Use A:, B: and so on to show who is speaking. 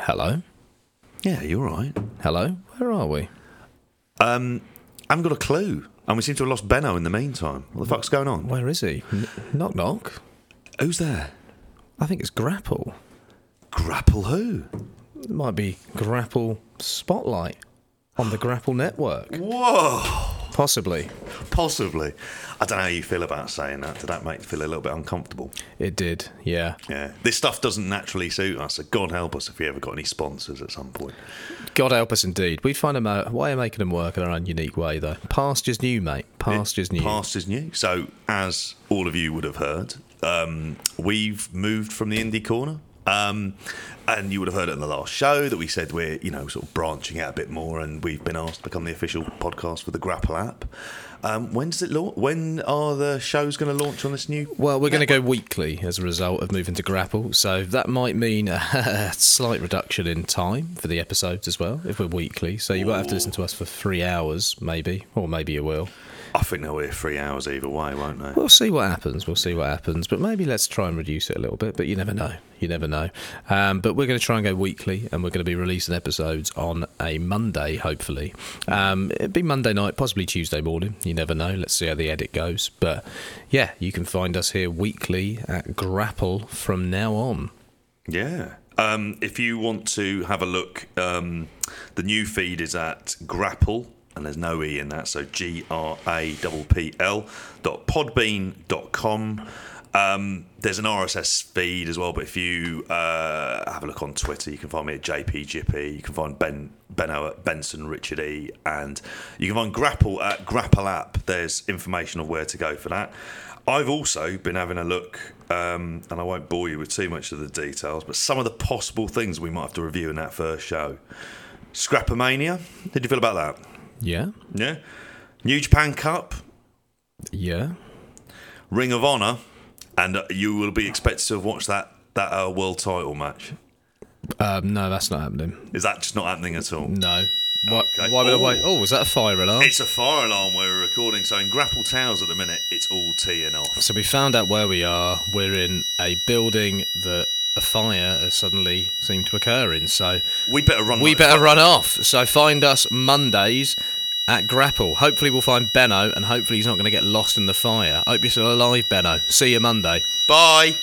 A: Hello.
B: Yeah, you're right.
A: Hello. Where are we?
B: I haven't got a clue. And we seem to have lost Benno in the meantime. What the fuck's going on?
A: Where is he? N- knock knock.
B: Who's there?
A: I think it's Grapple.
B: Grapple who?
A: It might be Grapple Spotlight on the Grapple Network.
B: Whoa!
A: Possibly.
B: Possibly. I don't know how you feel about saying that. Did that make you feel a little bit uncomfortable?
A: It did. Yeah.
B: Yeah. This stuff doesn't naturally suit us, so God help us if we ever got any sponsors at some point.
A: God help us indeed. We find them out. Why are making them work in our own unique way, though? Past is new, mate. Past is new.
B: Past is new. So, as all of you would have heard, um, we've moved from the indie corner. Um, and you would have heard it in the last show that we said we're, you know, sort of branching out a bit more, and we've been asked to become the official podcast for the Grapple app. Um, when does it launch? When are the shows going to launch on this new?
A: Well, we're going to go weekly as a result of moving to Grapple, so that might mean a slight reduction in time for the episodes as well, if we're weekly. So you won't have to listen to us for three hours, maybe, or maybe you will.
B: I think they'll hear three hours either way, won't they?
A: We'll see what happens. We'll see what happens. But maybe let's try and reduce it a little bit. But you never know. You never know. Um, but we're going to try and go weekly, and we're going to be releasing episodes on a Monday, hopefully. Um, it'd be Monday night, possibly Tuesday morning. You never know. Let's see how the edit goes. But yeah, you can find us here weekly at Grapple from now on.
B: Yeah. Um, if you want to have a look, um, the new feed is at grapple, and there's no E in that, so G R A P P L dot podbean dot com. Um, there's an RSS feed as well, but if you uh, have a look on Twitter, you can find me at JP Jippy, you can find Ben Benno at Benson Richard E, and you can find Grapple at Grapple App. There's information of where to go for that. I've also been having a look, um, and I won't bore you with too much of the details, but some of the possible things we might have to review in that first show. Scrapomania, how did you feel about that?
A: Yeah.
B: Yeah. New Japan Cup,
A: Yeah.
B: Ring of Honor, and uh, you will be expected to have watched that that uh, world title match.
A: Um, no, that's not happening.
B: Is that just not happening at all?
A: No. Why,
B: Okay.
A: why would
B: Ooh.
A: I wait? Oh, was that a fire alarm?
B: It's a fire alarm we're recording, so in Grapple Towers at the minute, it's all teeing off.
A: So we found out where we are. We're in a building that a fire has suddenly seemed to occur in. So
B: We better run.
A: we
B: like-
A: better run off. So find us Mondays at Grapple. Hopefully we'll find Benno, and hopefully he's not going to get lost in the fire. Hope you're still alive, Benno. See you Monday.
B: Bye.